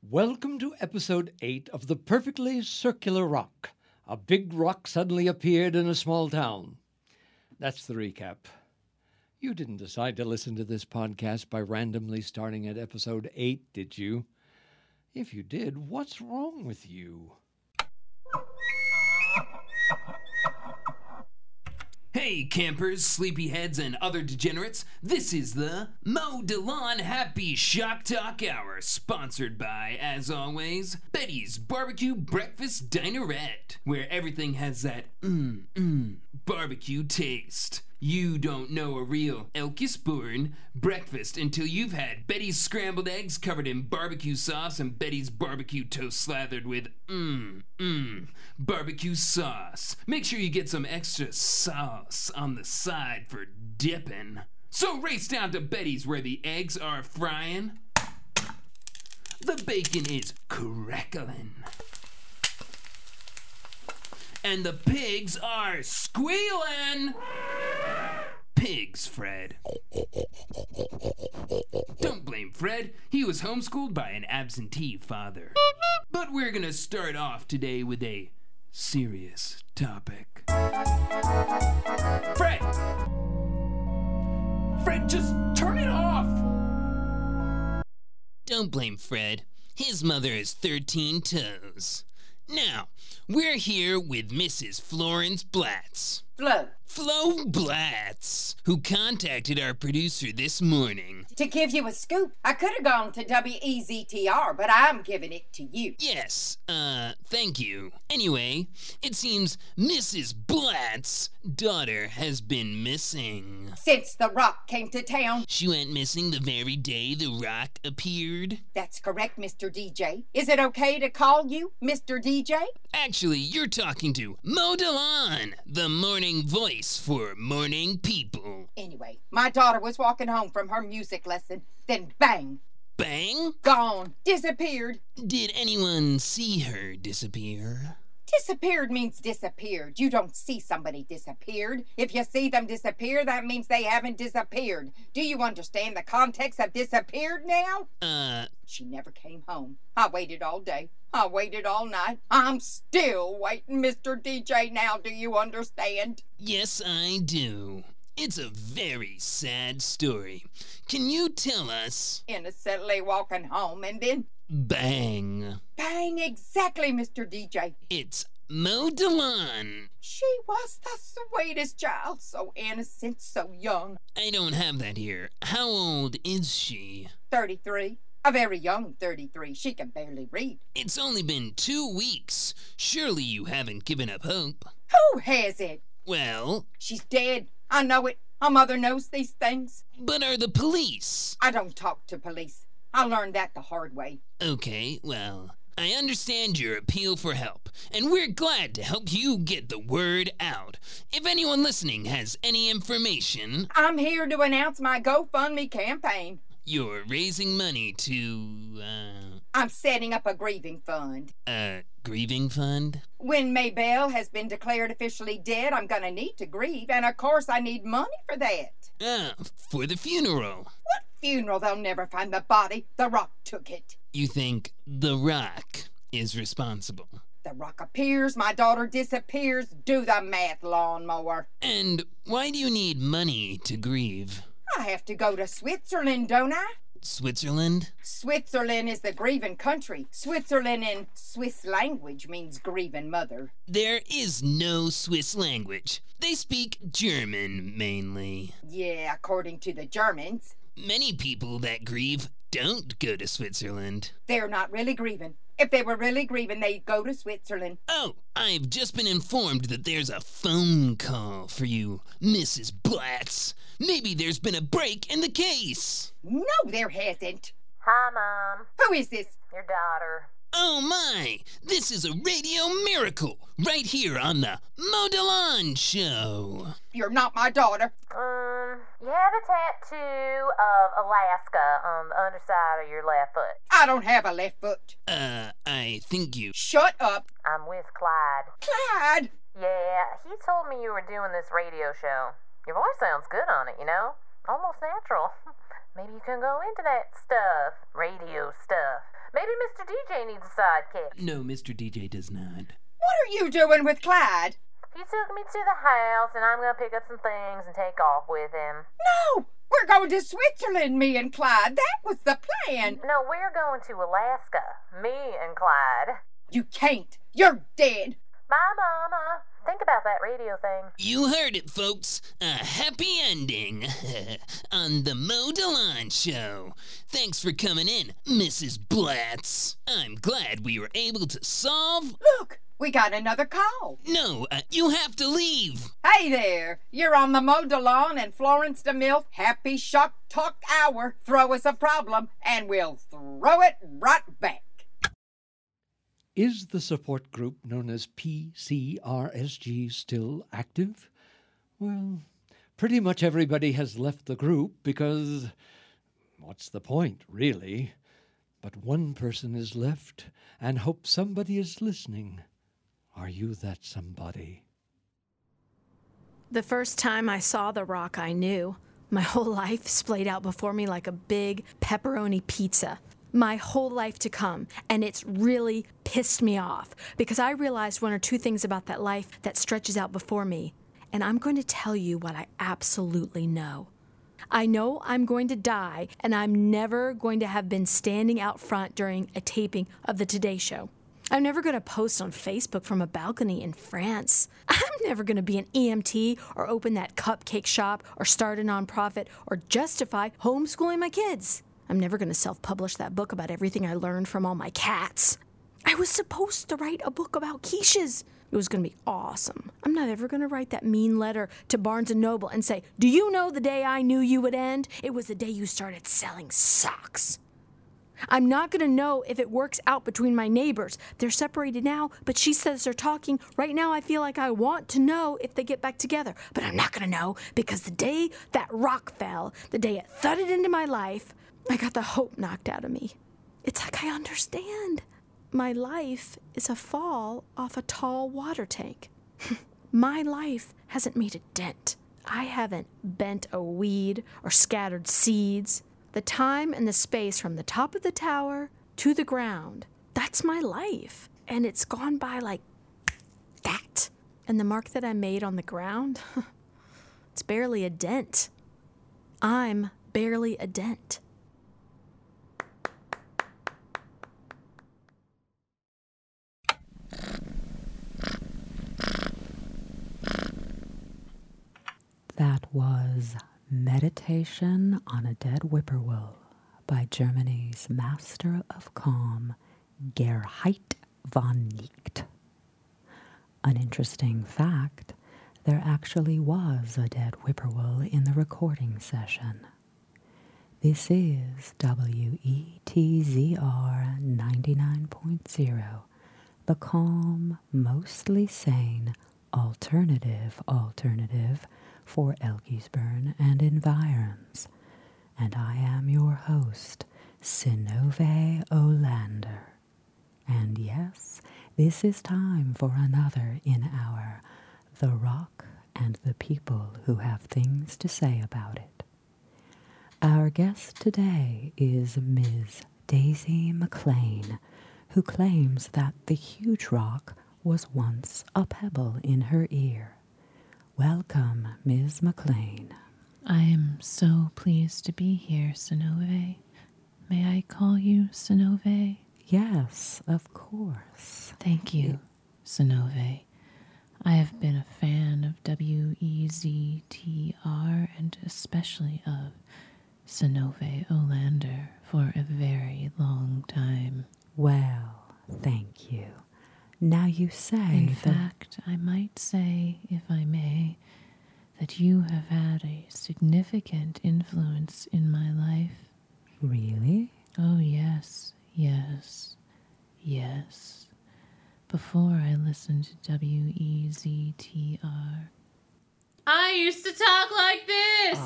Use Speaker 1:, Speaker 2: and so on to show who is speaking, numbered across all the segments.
Speaker 1: Welcome to episode 8 of The Perfectly Circular Rock. A big rock suddenly appeared in a small town. That's the recap. You didn't decide to listen to this podcast by randomly starting at episode 8, did you? If you did, what's wrong with you?
Speaker 2: Hey, campers, sleepyheads, and other degenerates, this is the Mo DeLon Happy Shock Talk Hour, sponsored by, as always, Betty's Barbecue Breakfast Dinerette, where everything has that mmm,
Speaker 3: Mm-hmm.
Speaker 2: mmm, barbecue taste. You don't know a real Elkisburn breakfast until you've had Betty's scrambled eggs covered in barbecue sauce and Betty's barbecue toast slathered with mmm, mmm, barbecue sauce. Make sure you get some extra sauce on the side for dipping. So race down to Betty's where the eggs are frying, the bacon is crackling, and the pigs are squealing. Pigs, Fred. Don't blame Fred. He was homeschooled by an absentee father. But we're gonna start off today with a serious topic. Fred! Fred, just turn it off! Don't blame Fred. His mother is 13 toes. Now, we're here with Mrs. Florence Blatz.
Speaker 4: Flo,
Speaker 2: Flo Blatz, who contacted our producer this morning.
Speaker 4: to give you a scoop, I could have gone to E WEZTR, but I'm giving it to you.
Speaker 2: Yes, uh, thank you. Anyway, it seems Mrs. Blatt's daughter has been missing.
Speaker 4: Since The Rock came to town,
Speaker 2: She went missing the very day the rock appeared.
Speaker 4: that's correct, Mr. DJ. Is it okay to call you Mr. DJ?
Speaker 2: Actually, you're talking to Mo Delon, the morning voice for morning people.
Speaker 4: Anyway, my daughter was walking home from her music lesson, then bang,
Speaker 2: Bang?
Speaker 4: gone, disappeared.
Speaker 2: Did anyone see her disappear?
Speaker 4: Disappeared means disappeared. You don't see somebody disappeared. If you see them disappear, that means they haven't disappeared. Do you understand the context of disappeared now?
Speaker 2: Uh,
Speaker 4: She never came home. I waited all day. I waited all night. I'm still waiting, Mr. DJ. Now, do you understand?
Speaker 2: Yes, I do. It's a very sad story. Can you tell us?
Speaker 4: Innocently walking home and then
Speaker 2: Bang.
Speaker 4: bang, exactly, Mr. DJ.
Speaker 2: It's Mo Delon.
Speaker 4: She was the sweetest child, so innocent, so young.
Speaker 2: I don't have that here. How old is she?
Speaker 4: 33. A very young 33. She can barely read.
Speaker 2: It's only been two weeks. Surely you haven't given up hope.
Speaker 4: Who has it?
Speaker 2: Well,
Speaker 4: She's dead. I know it. Her mother knows these things.
Speaker 2: but are the police?
Speaker 4: I don't talk to police. I learned that the hard way.
Speaker 2: Okay, well, I understand your appeal for help, and we're glad to help you get the word out. If anyone listening has any information,
Speaker 4: I'm here to announce my GoFundMe campaign.
Speaker 2: You're raising money to, uh,
Speaker 4: I'm setting up a grieving fund.
Speaker 2: a grieving fund?
Speaker 4: When Maybelle has been declared officially dead, I'm gonna need to grieve, and of course I need money for that.
Speaker 2: Ah, for the funeral.
Speaker 4: What funeral? They'll never find the body. The Rock took it.
Speaker 2: You think The Rock is responsible.
Speaker 4: The Rock appears, my daughter disappears. Do the math, lawnmower.
Speaker 2: And why do you need money to grieve?
Speaker 4: I have to go to Switzerland, don't I?
Speaker 2: Switzerland?
Speaker 4: Switzerland is the grieving country. Switzerland in Swiss language means grieving mother.
Speaker 2: There is no Swiss language. They speak German mainly.
Speaker 4: Yeah, according to the Germans.
Speaker 2: Many people that grieve don't go to Switzerland.
Speaker 4: They're not really grieving. If they were really grieving, they'd go to Switzerland.
Speaker 2: Oh, I've just been informed that there's a phone call for you, Mrs. Blatz. Maybe there's been a break in the case.
Speaker 4: No, there hasn't.
Speaker 5: Hi, Mom.
Speaker 4: Who is this?
Speaker 5: Your daughter.
Speaker 2: Oh my, this is a radio miracle right here on the Modelon Show.
Speaker 4: You're not my daughter.
Speaker 5: Um, you have a tattoo of Alaska on the underside of your left foot.
Speaker 4: I don't have a left foot.
Speaker 2: Uh, I think you.
Speaker 4: Shut up.
Speaker 5: I'm with Clyde.
Speaker 4: Clyde!
Speaker 5: Yeah, he told me you were doing this radio show. Your voice sounds good on it, you know? Almost natural. Maybe you can go into that stuff. Radio stuff. Maybe Mr. DJ needs a sidekick.
Speaker 2: No, Mr. DJ does not.
Speaker 4: What are you doing with Clyde?
Speaker 5: He took me to the house, and I'm gonna pick up some things and take off with him.
Speaker 4: No, we're going to Switzerland, me and Clyde. That was the plan.
Speaker 5: No, we're going to Alaska. Me and Clyde.
Speaker 4: You can't. You're dead.
Speaker 5: Bye, Mama. Think about that radio thing.
Speaker 2: You heard it, folks. A happy ending on the Mo DeLon Show. Thanks for coming in, Mrs. Blatz. I'm glad we were able to solve.
Speaker 4: Look, we got another call.
Speaker 2: No, uh, you have to leave.
Speaker 4: Hey there, you're on the Mo DeLon and Florence DeMille Happy Shock Talk Hour. Throw us a problem, and we'll throw it right back.
Speaker 1: Is the support group known as PCRSG still active? Well, pretty much everybody has left the group because what's the point, really? But one person is left and hope somebody is listening. Are you that somebody?
Speaker 6: The first time I saw the rock, I knew. My whole life splayed out before me like a big pepperoni pizza. My whole life to come, and it's really pissed me off because I realized one or two things about that life that stretches out before me, and I'm going to tell you what I absolutely know. I know I'm going to die, and I'm never going to have been standing out front during a taping of the Today Show. I'm never going to post on Facebook from a balcony in France. I'm never going to be an EMT or open that cupcake shop or start a nonprofit or justify homeschooling my kids. I'm never going to self publish that book about everything I learned from all my cats. I was supposed to write a book about quiches. It was going to be awesome. I'm not ever going to write that mean letter to Barnes and Noble and say, "Do you know the day I knew you would end? It was the day you started selling socks." I'm not going to know if it works out between my neighbors. They're separated now, but she says they're talking. Right now, I feel like I want to know if they get back together, but I'm not going to know because the day that rock fell, the day it thudded into my life, I got the hope knocked out of me. It's like I understand. My life is a fall off a tall water tank. My life hasn't made a dent. I haven't bent a weed or scattered seeds. The time and the space from the top of the tower to the ground, that's my life. And it's gone by like that. And the mark that I made on the ground, it's barely a dent. I'm barely a dent.
Speaker 7: That was Meditation on a Dead Whippoorwill by Germany's Master of Calm, Gerheit von Nicht. An interesting fact there actually was a dead whippoorwill in the recording session. This is E WETZR 99.0, the calm, mostly sane, alternative alternative for Elkisburn and environs, and I am your host, Sinove Olander. And yes, this is time for another in our The Rock and the People Who Have Things to Say About It. Our guest today is Ms. Daisy McLean, who claims that the huge rock was once a pebble in her ear. Welcome, Ms. McLean.
Speaker 8: I am so pleased to be here, Sinove. May I call you Sinove?
Speaker 7: Yes, of course.
Speaker 8: Thank you, Sinove. I have been a fan of E WEZTR and especially of Sinove Olander for a very long time.
Speaker 7: Well, thank you. Now you say
Speaker 8: In
Speaker 7: the-
Speaker 8: fact, I might say, if I may, that you have had a significant influence in my life.
Speaker 7: really?
Speaker 8: Oh, yes, yes, yes. Before I listened to E WEZTR.
Speaker 9: I used to talk like this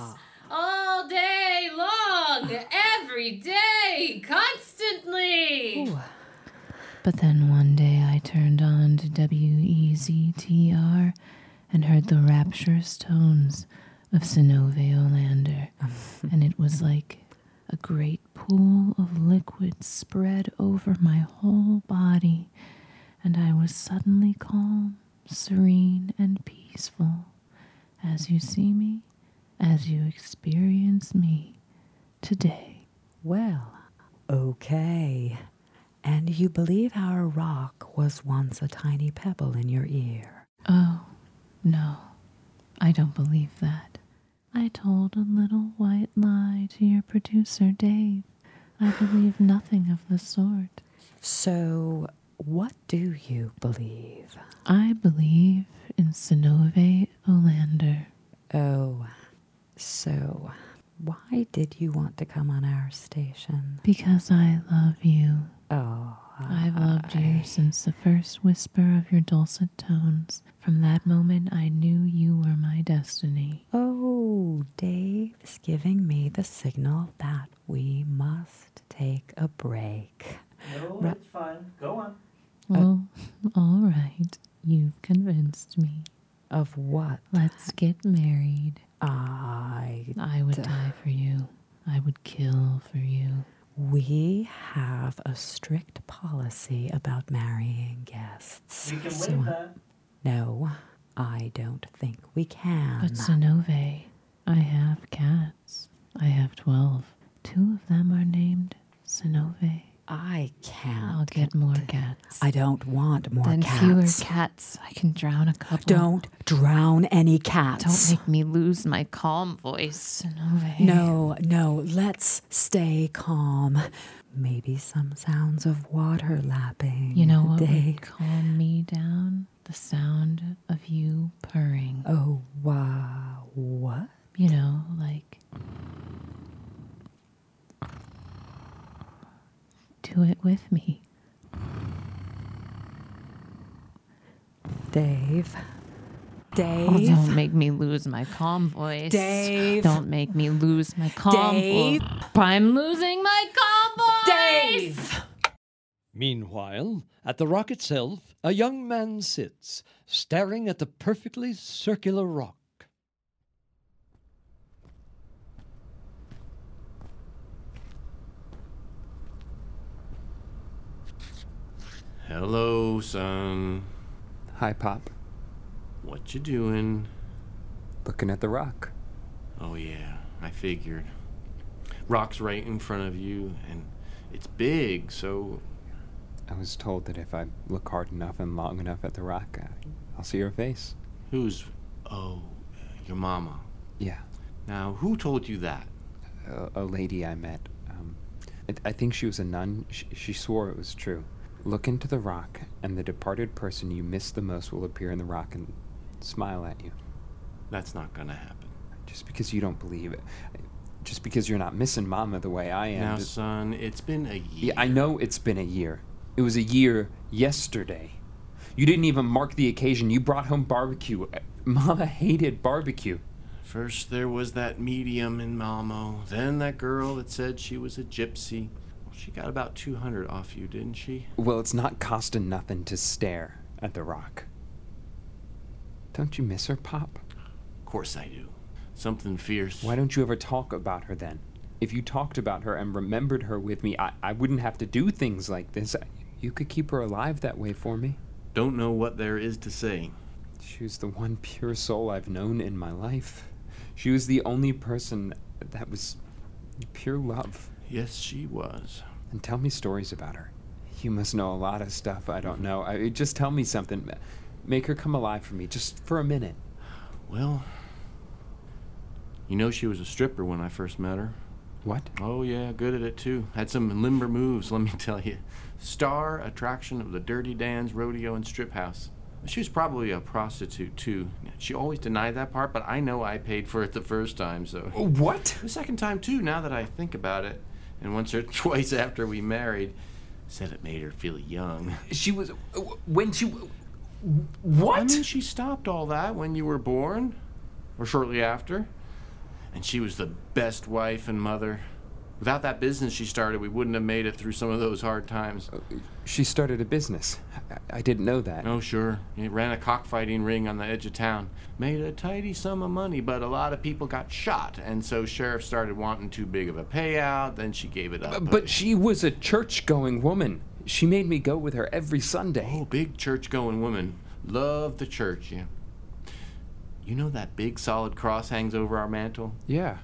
Speaker 9: all day long, every day, constantly.
Speaker 8: But then one day I turned on to E WEZTR and heard the rapturous tones of Sinove Olander. and it was like a great pool of liquid spread over my whole body, and I was suddenly calm, serene, and peaceful. As you see me, as you experience me today.
Speaker 7: Well, okay. And you believe our rock was once a tiny pebble in your ear.
Speaker 8: Oh, no, I don't believe that. I told a little white lie to your producer, Dave. I believe nothing of the sort.
Speaker 7: So, what do you believe?
Speaker 8: I believe in Sinove Olander.
Speaker 7: Oh, so why did you want to come on our station?
Speaker 8: Because I love you.
Speaker 7: Oh,
Speaker 8: I've loved you since the first whisper of your dulcet tones. From that moment, I knew you were my destiny.
Speaker 7: Oh, Dave's giving me the signal that we must take a break.
Speaker 10: No,
Speaker 7: Ra-
Speaker 10: it's fine. Go on.
Speaker 7: Uh,
Speaker 8: Well, all right. You've convinced me.
Speaker 7: Of what?
Speaker 8: Let's get married.
Speaker 7: I.
Speaker 8: I would die for you. I would kill for you.
Speaker 7: We have a strict policy about marrying guests.
Speaker 10: You can
Speaker 7: So,
Speaker 10: leave that.
Speaker 7: no, I don't think we can.
Speaker 8: But Sinove, I have cats. I have twelve. Two of them are named Sinove.
Speaker 7: I can't.
Speaker 8: I'll get more cats.
Speaker 7: I don't want more
Speaker 8: then
Speaker 7: cats.
Speaker 8: fewer cats. I can drown a couple.
Speaker 7: Don't drown any cats.
Speaker 8: Don't make me lose my calm voice, Sinove.
Speaker 7: No, no, let's stay calm. Maybe some sounds of water lapping.
Speaker 8: You know what
Speaker 7: They,
Speaker 8: would calm me down? The sound of you purring.
Speaker 7: oh, wow. What?
Speaker 8: You know, like. Do it with me.
Speaker 7: Dave.
Speaker 8: Oh,
Speaker 7: Dave.
Speaker 8: don't make me lose my calm voice.
Speaker 7: Dave.
Speaker 8: Don't make me lose my calm
Speaker 7: Dave.
Speaker 8: voice. I'm losing my calm voice.
Speaker 7: Dave!
Speaker 1: Meanwhile, at the rock itself, a young man sits, staring at the perfectly circular rock.
Speaker 11: Hello, son.
Speaker 3: Hi, Pop.
Speaker 11: What you doing?
Speaker 3: Looking at the rock.
Speaker 11: Oh yeah, I figured. Rock's right in front of you, and it's big, so
Speaker 3: I was told that if I look hard enough and long enough at the rock, I, I'll see your face.
Speaker 11: who's? Oh, your mama.
Speaker 3: Yeah,
Speaker 11: Now, who told you that?
Speaker 3: a, a lady I met. Um, I, I think she was a nun. She, she swore it was true. Look into the rock, and the departed person you miss the most will appear in the rock and smile at you.
Speaker 11: That's not gonna happen.
Speaker 3: Just because you don't believe it, just because you're not missing Mama the way I am.
Speaker 11: now,
Speaker 3: just-
Speaker 11: son, it's been a year.
Speaker 3: Yeah, I know it's been a year. It was a year yesterday. You didn't even mark the occasion. You brought home barbecue. Mama hated barbecue.
Speaker 11: First there was that medium in Malmo, then that girl that said she was a gypsy. Well, she got about 200 off you, didn't she?
Speaker 3: Well, it's not costing nothing to stare at the rock. Don't you miss her, Pop?
Speaker 11: Of course I do. Something fierce.
Speaker 3: Why don't you ever talk about her then? If you talked about her and remembered her with me, I, I wouldn't have to do things like this. You could keep her alive that way for me.
Speaker 11: Don't know what there is to say.
Speaker 3: She was the one pure soul I've known in my life. She was the only person that was pure love.
Speaker 11: Yes, she was.
Speaker 3: And tell me stories about her. You must know a lot of stuff I don't know. I, just tell me something. Make her come alive for me, just for a minute.
Speaker 11: Well, you know she was a stripper when I first met her.
Speaker 3: What?
Speaker 11: Oh yeah, good at it too. Had some limber moves, let me tell you. Star attraction of the Dirty Dan's rodeo and strip house. She was probably a prostitute too. She always denied that part, but I know I paid for it the first time, so
Speaker 3: What?
Speaker 11: the second time too. Now that I think about it, and once or twice after we married, said it made her feel young.
Speaker 3: She was. Uh, When she.
Speaker 11: I mean,
Speaker 3: What?
Speaker 11: she stopped all that when you were born, or shortly after. And she was the best wife and mother. Without that business she started, we wouldn't have made it through some of those hard times.
Speaker 3: She started a business. I, I didn't know that.
Speaker 11: Oh, sure. He ran a cockfighting ring on the edge of town. Made a tidy sum of money, but a lot of people got shot, and so sheriff started wanting too big of a payout. Then she gave it up.
Speaker 3: Uh, But she was a church going woman. She made me go with her every Sunday.
Speaker 11: Oh, big church going woman. Love the church, yeah. You know that big solid cross hangs over our mantle?
Speaker 3: Yeah.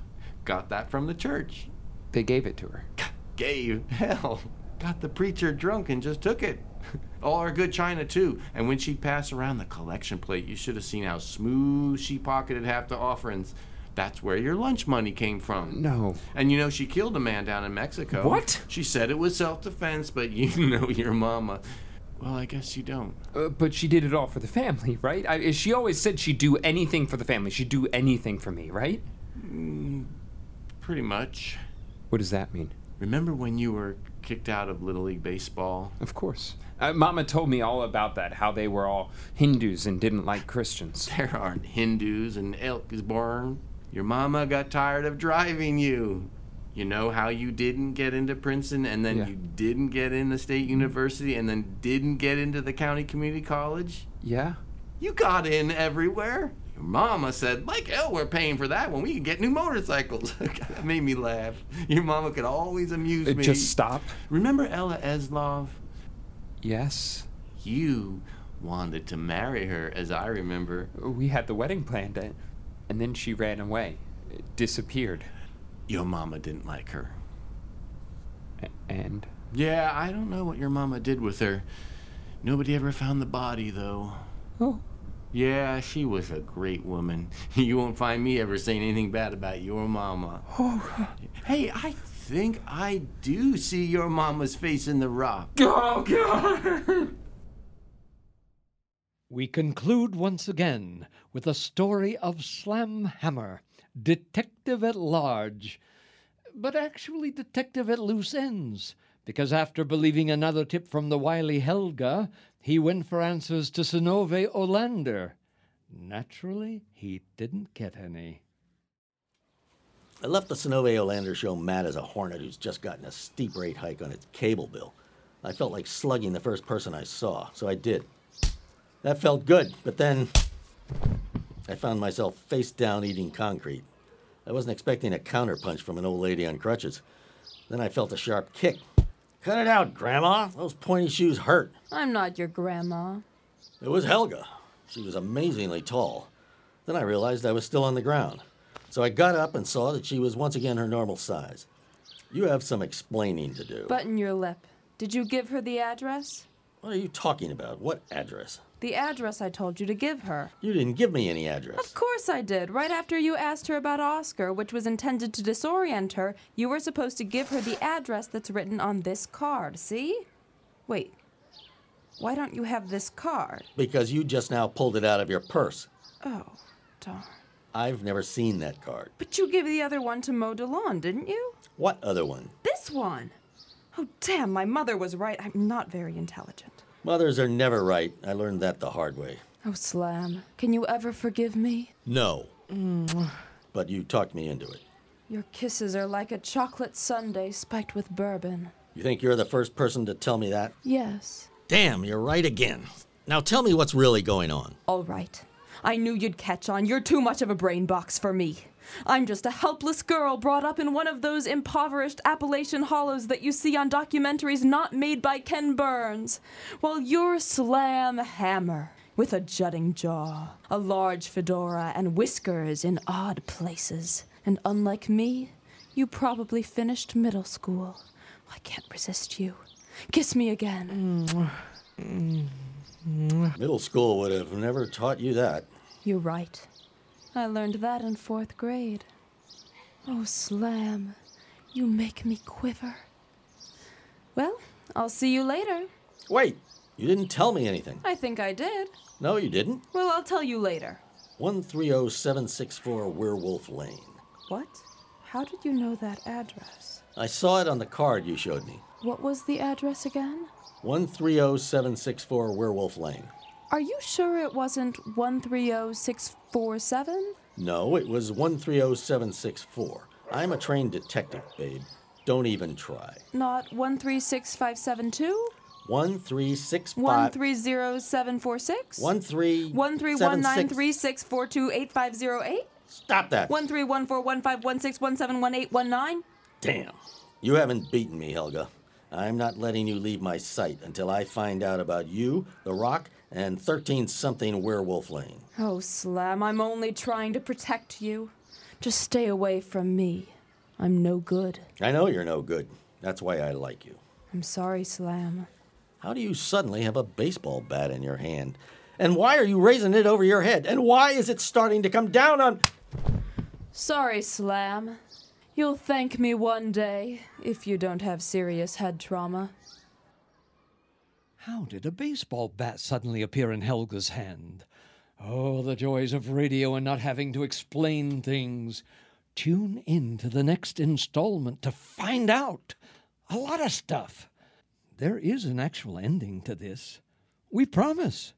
Speaker 11: Got that from the church.
Speaker 3: They gave it to her.
Speaker 11: Gave? Hell. Got the preacher drunk and just took it. All our good china, too. And when she'd pass around the collection plate, you should have seen how smooth she pocketed half the offerings. That's where your lunch money came from.
Speaker 3: No.
Speaker 11: And you know, she killed a man down in Mexico.
Speaker 3: What?
Speaker 11: She said it was self defense, but you know your mama. Well, I guess you don't.
Speaker 3: Uh, but she did it all for the family, right? I, she always said she'd do anything for the family. She'd do anything for me, right?
Speaker 11: Mm, pretty much.
Speaker 3: What does that mean?
Speaker 11: Remember when you were kicked out of Little League Baseball?
Speaker 3: Of course. Uh, Mama told me all about that, how they were all Hindus and didn't like Christians.
Speaker 11: There aren't Hindus in Elkisburn. Your mama got tired of driving you. You know how you didn't get into Princeton and then
Speaker 3: Yeah.
Speaker 11: you didn't get into State University and then didn't get into the County Community College?
Speaker 3: Yeah?
Speaker 11: You got in everywhere. Your mama said, like hell, we're paying for that when we can get new motorcycles. that made me laugh. Your mama could always amuse
Speaker 3: Uh,
Speaker 11: me.
Speaker 3: just stop?
Speaker 11: Remember Ella Eslov?
Speaker 3: Yes.
Speaker 11: You wanted to marry her, as I remember.
Speaker 3: We had the wedding planned, uh, and then she ran away, uh, disappeared.
Speaker 11: Your mama didn't like her.
Speaker 3: A- and?
Speaker 11: Yeah, I don't know what your mama did with her. Nobody ever found the body, though.
Speaker 3: Oh.
Speaker 11: Yeah, she was a great woman. You won't find me ever saying anything bad about your mama.
Speaker 3: Oh,
Speaker 11: Hey, I think I do see your mama's face in the rock.
Speaker 3: oh God!
Speaker 1: We conclude once again with a story of Slam Hammer, detective at large, but actually detective at loose ends, because after believing another tip from the wily Helga, he went for answers to Sinove Olander. Naturally, he didn't get any.
Speaker 10: I left the Sonova Olander show mad as a hornet who's just gotten a steep rate hike on its cable bill. I felt like slugging the first person I saw, so I did. That felt good, but then I found myself face down eating concrete. I wasn't expecting a counterpunch from an old lady on crutches. Then I felt a sharp kick. Cut it out, Grandma! Those pointy shoes hurt.
Speaker 12: I'm not your grandma.
Speaker 10: It was Helga. She was amazingly tall. Then I realized I was still on the ground. So I got up and saw that she was once again her normal size. You have some explaining to do.
Speaker 12: Button your lip. Did you give her the address?
Speaker 10: What are you talking about? What address?
Speaker 12: The address I told you to give her.
Speaker 10: You didn't give me any address.
Speaker 12: Of course I did. Right after you asked her about Oscar, which was intended to disorient her, you were supposed to give her the address that's written on this card, see? Wait. Why don't you have this card?
Speaker 10: Because you just now pulled it out of your purse.
Speaker 12: Oh, darn.
Speaker 10: I've never seen that card.
Speaker 12: But you gave the other one to Mo DeLon, didn't you?
Speaker 10: What other one?
Speaker 12: This one. Oh, damn, my mother was right. I'm not very intelligent.
Speaker 10: Mothers are never right. I learned that the hard way.
Speaker 12: Oh, Slam, can you ever forgive me?
Speaker 10: No,
Speaker 12: Mm.
Speaker 10: but you talked me into it.
Speaker 12: Your kisses are like a chocolate sundae spiked with bourbon.
Speaker 10: You think you're the first person to tell me that?
Speaker 12: Yes.
Speaker 10: Damn, you're right again. Now tell me what's really going on.
Speaker 12: All right. I knew you'd catch on. You're too much of a brain box for me. I'm just a helpless girl brought up in one of those impoverished Appalachian hollows that you see on documentaries not made by Ken Burns. While you're Slam Hammer, with a jutting jaw, a large fedora, and whiskers in odd places. And unlike me, you probably finished middle school. I can't resist you. Kiss me again. Mm.
Speaker 10: Middle school would have never taught you that.
Speaker 12: You're right. I learned that in fourth grade. Oh, Slam, you make me quiver. Well, I'll see you later.
Speaker 10: Wait, you didn't tell me anything.
Speaker 12: I think I did.
Speaker 10: No, you didn't.
Speaker 12: Well, I'll tell you later.
Speaker 10: 130764 Werewolf Lane.
Speaker 12: What? How did you know that address?
Speaker 10: I saw it on the card you showed me.
Speaker 12: What was the address again?
Speaker 10: 130764 Werewolf Lane.
Speaker 12: Are you sure it wasn't 130647?
Speaker 10: No, it was 130764. I'm a trained detective, babe. Don't even try.
Speaker 12: Not 136572?
Speaker 10: 1365.
Speaker 12: 130746?
Speaker 10: 13.
Speaker 12: 131936428508?
Speaker 10: Stop that.
Speaker 12: 13141516171819?
Speaker 10: Damn. You haven't beaten me, Helga. I'm not letting you leave my sight until I find out about you, The Rock, and 13 something Werewolf Lane.
Speaker 12: Oh, Slam, I'm only trying to protect you. Just stay away from me. I'm no good.
Speaker 10: I know you're no good. That's why I like you.
Speaker 12: I'm sorry, Slam.
Speaker 10: How do you suddenly have a baseball bat in your hand? And why are you raising it over your head? And why is it starting to come down on.
Speaker 12: Sorry, Slam. You'll thank me one day if you don't have serious head trauma.
Speaker 1: How did a baseball bat suddenly appear in Helga's hand? Oh, the joys of radio and not having to explain things. Tune in to the next installment to find out a lot of stuff. There is an actual ending to this. We promise.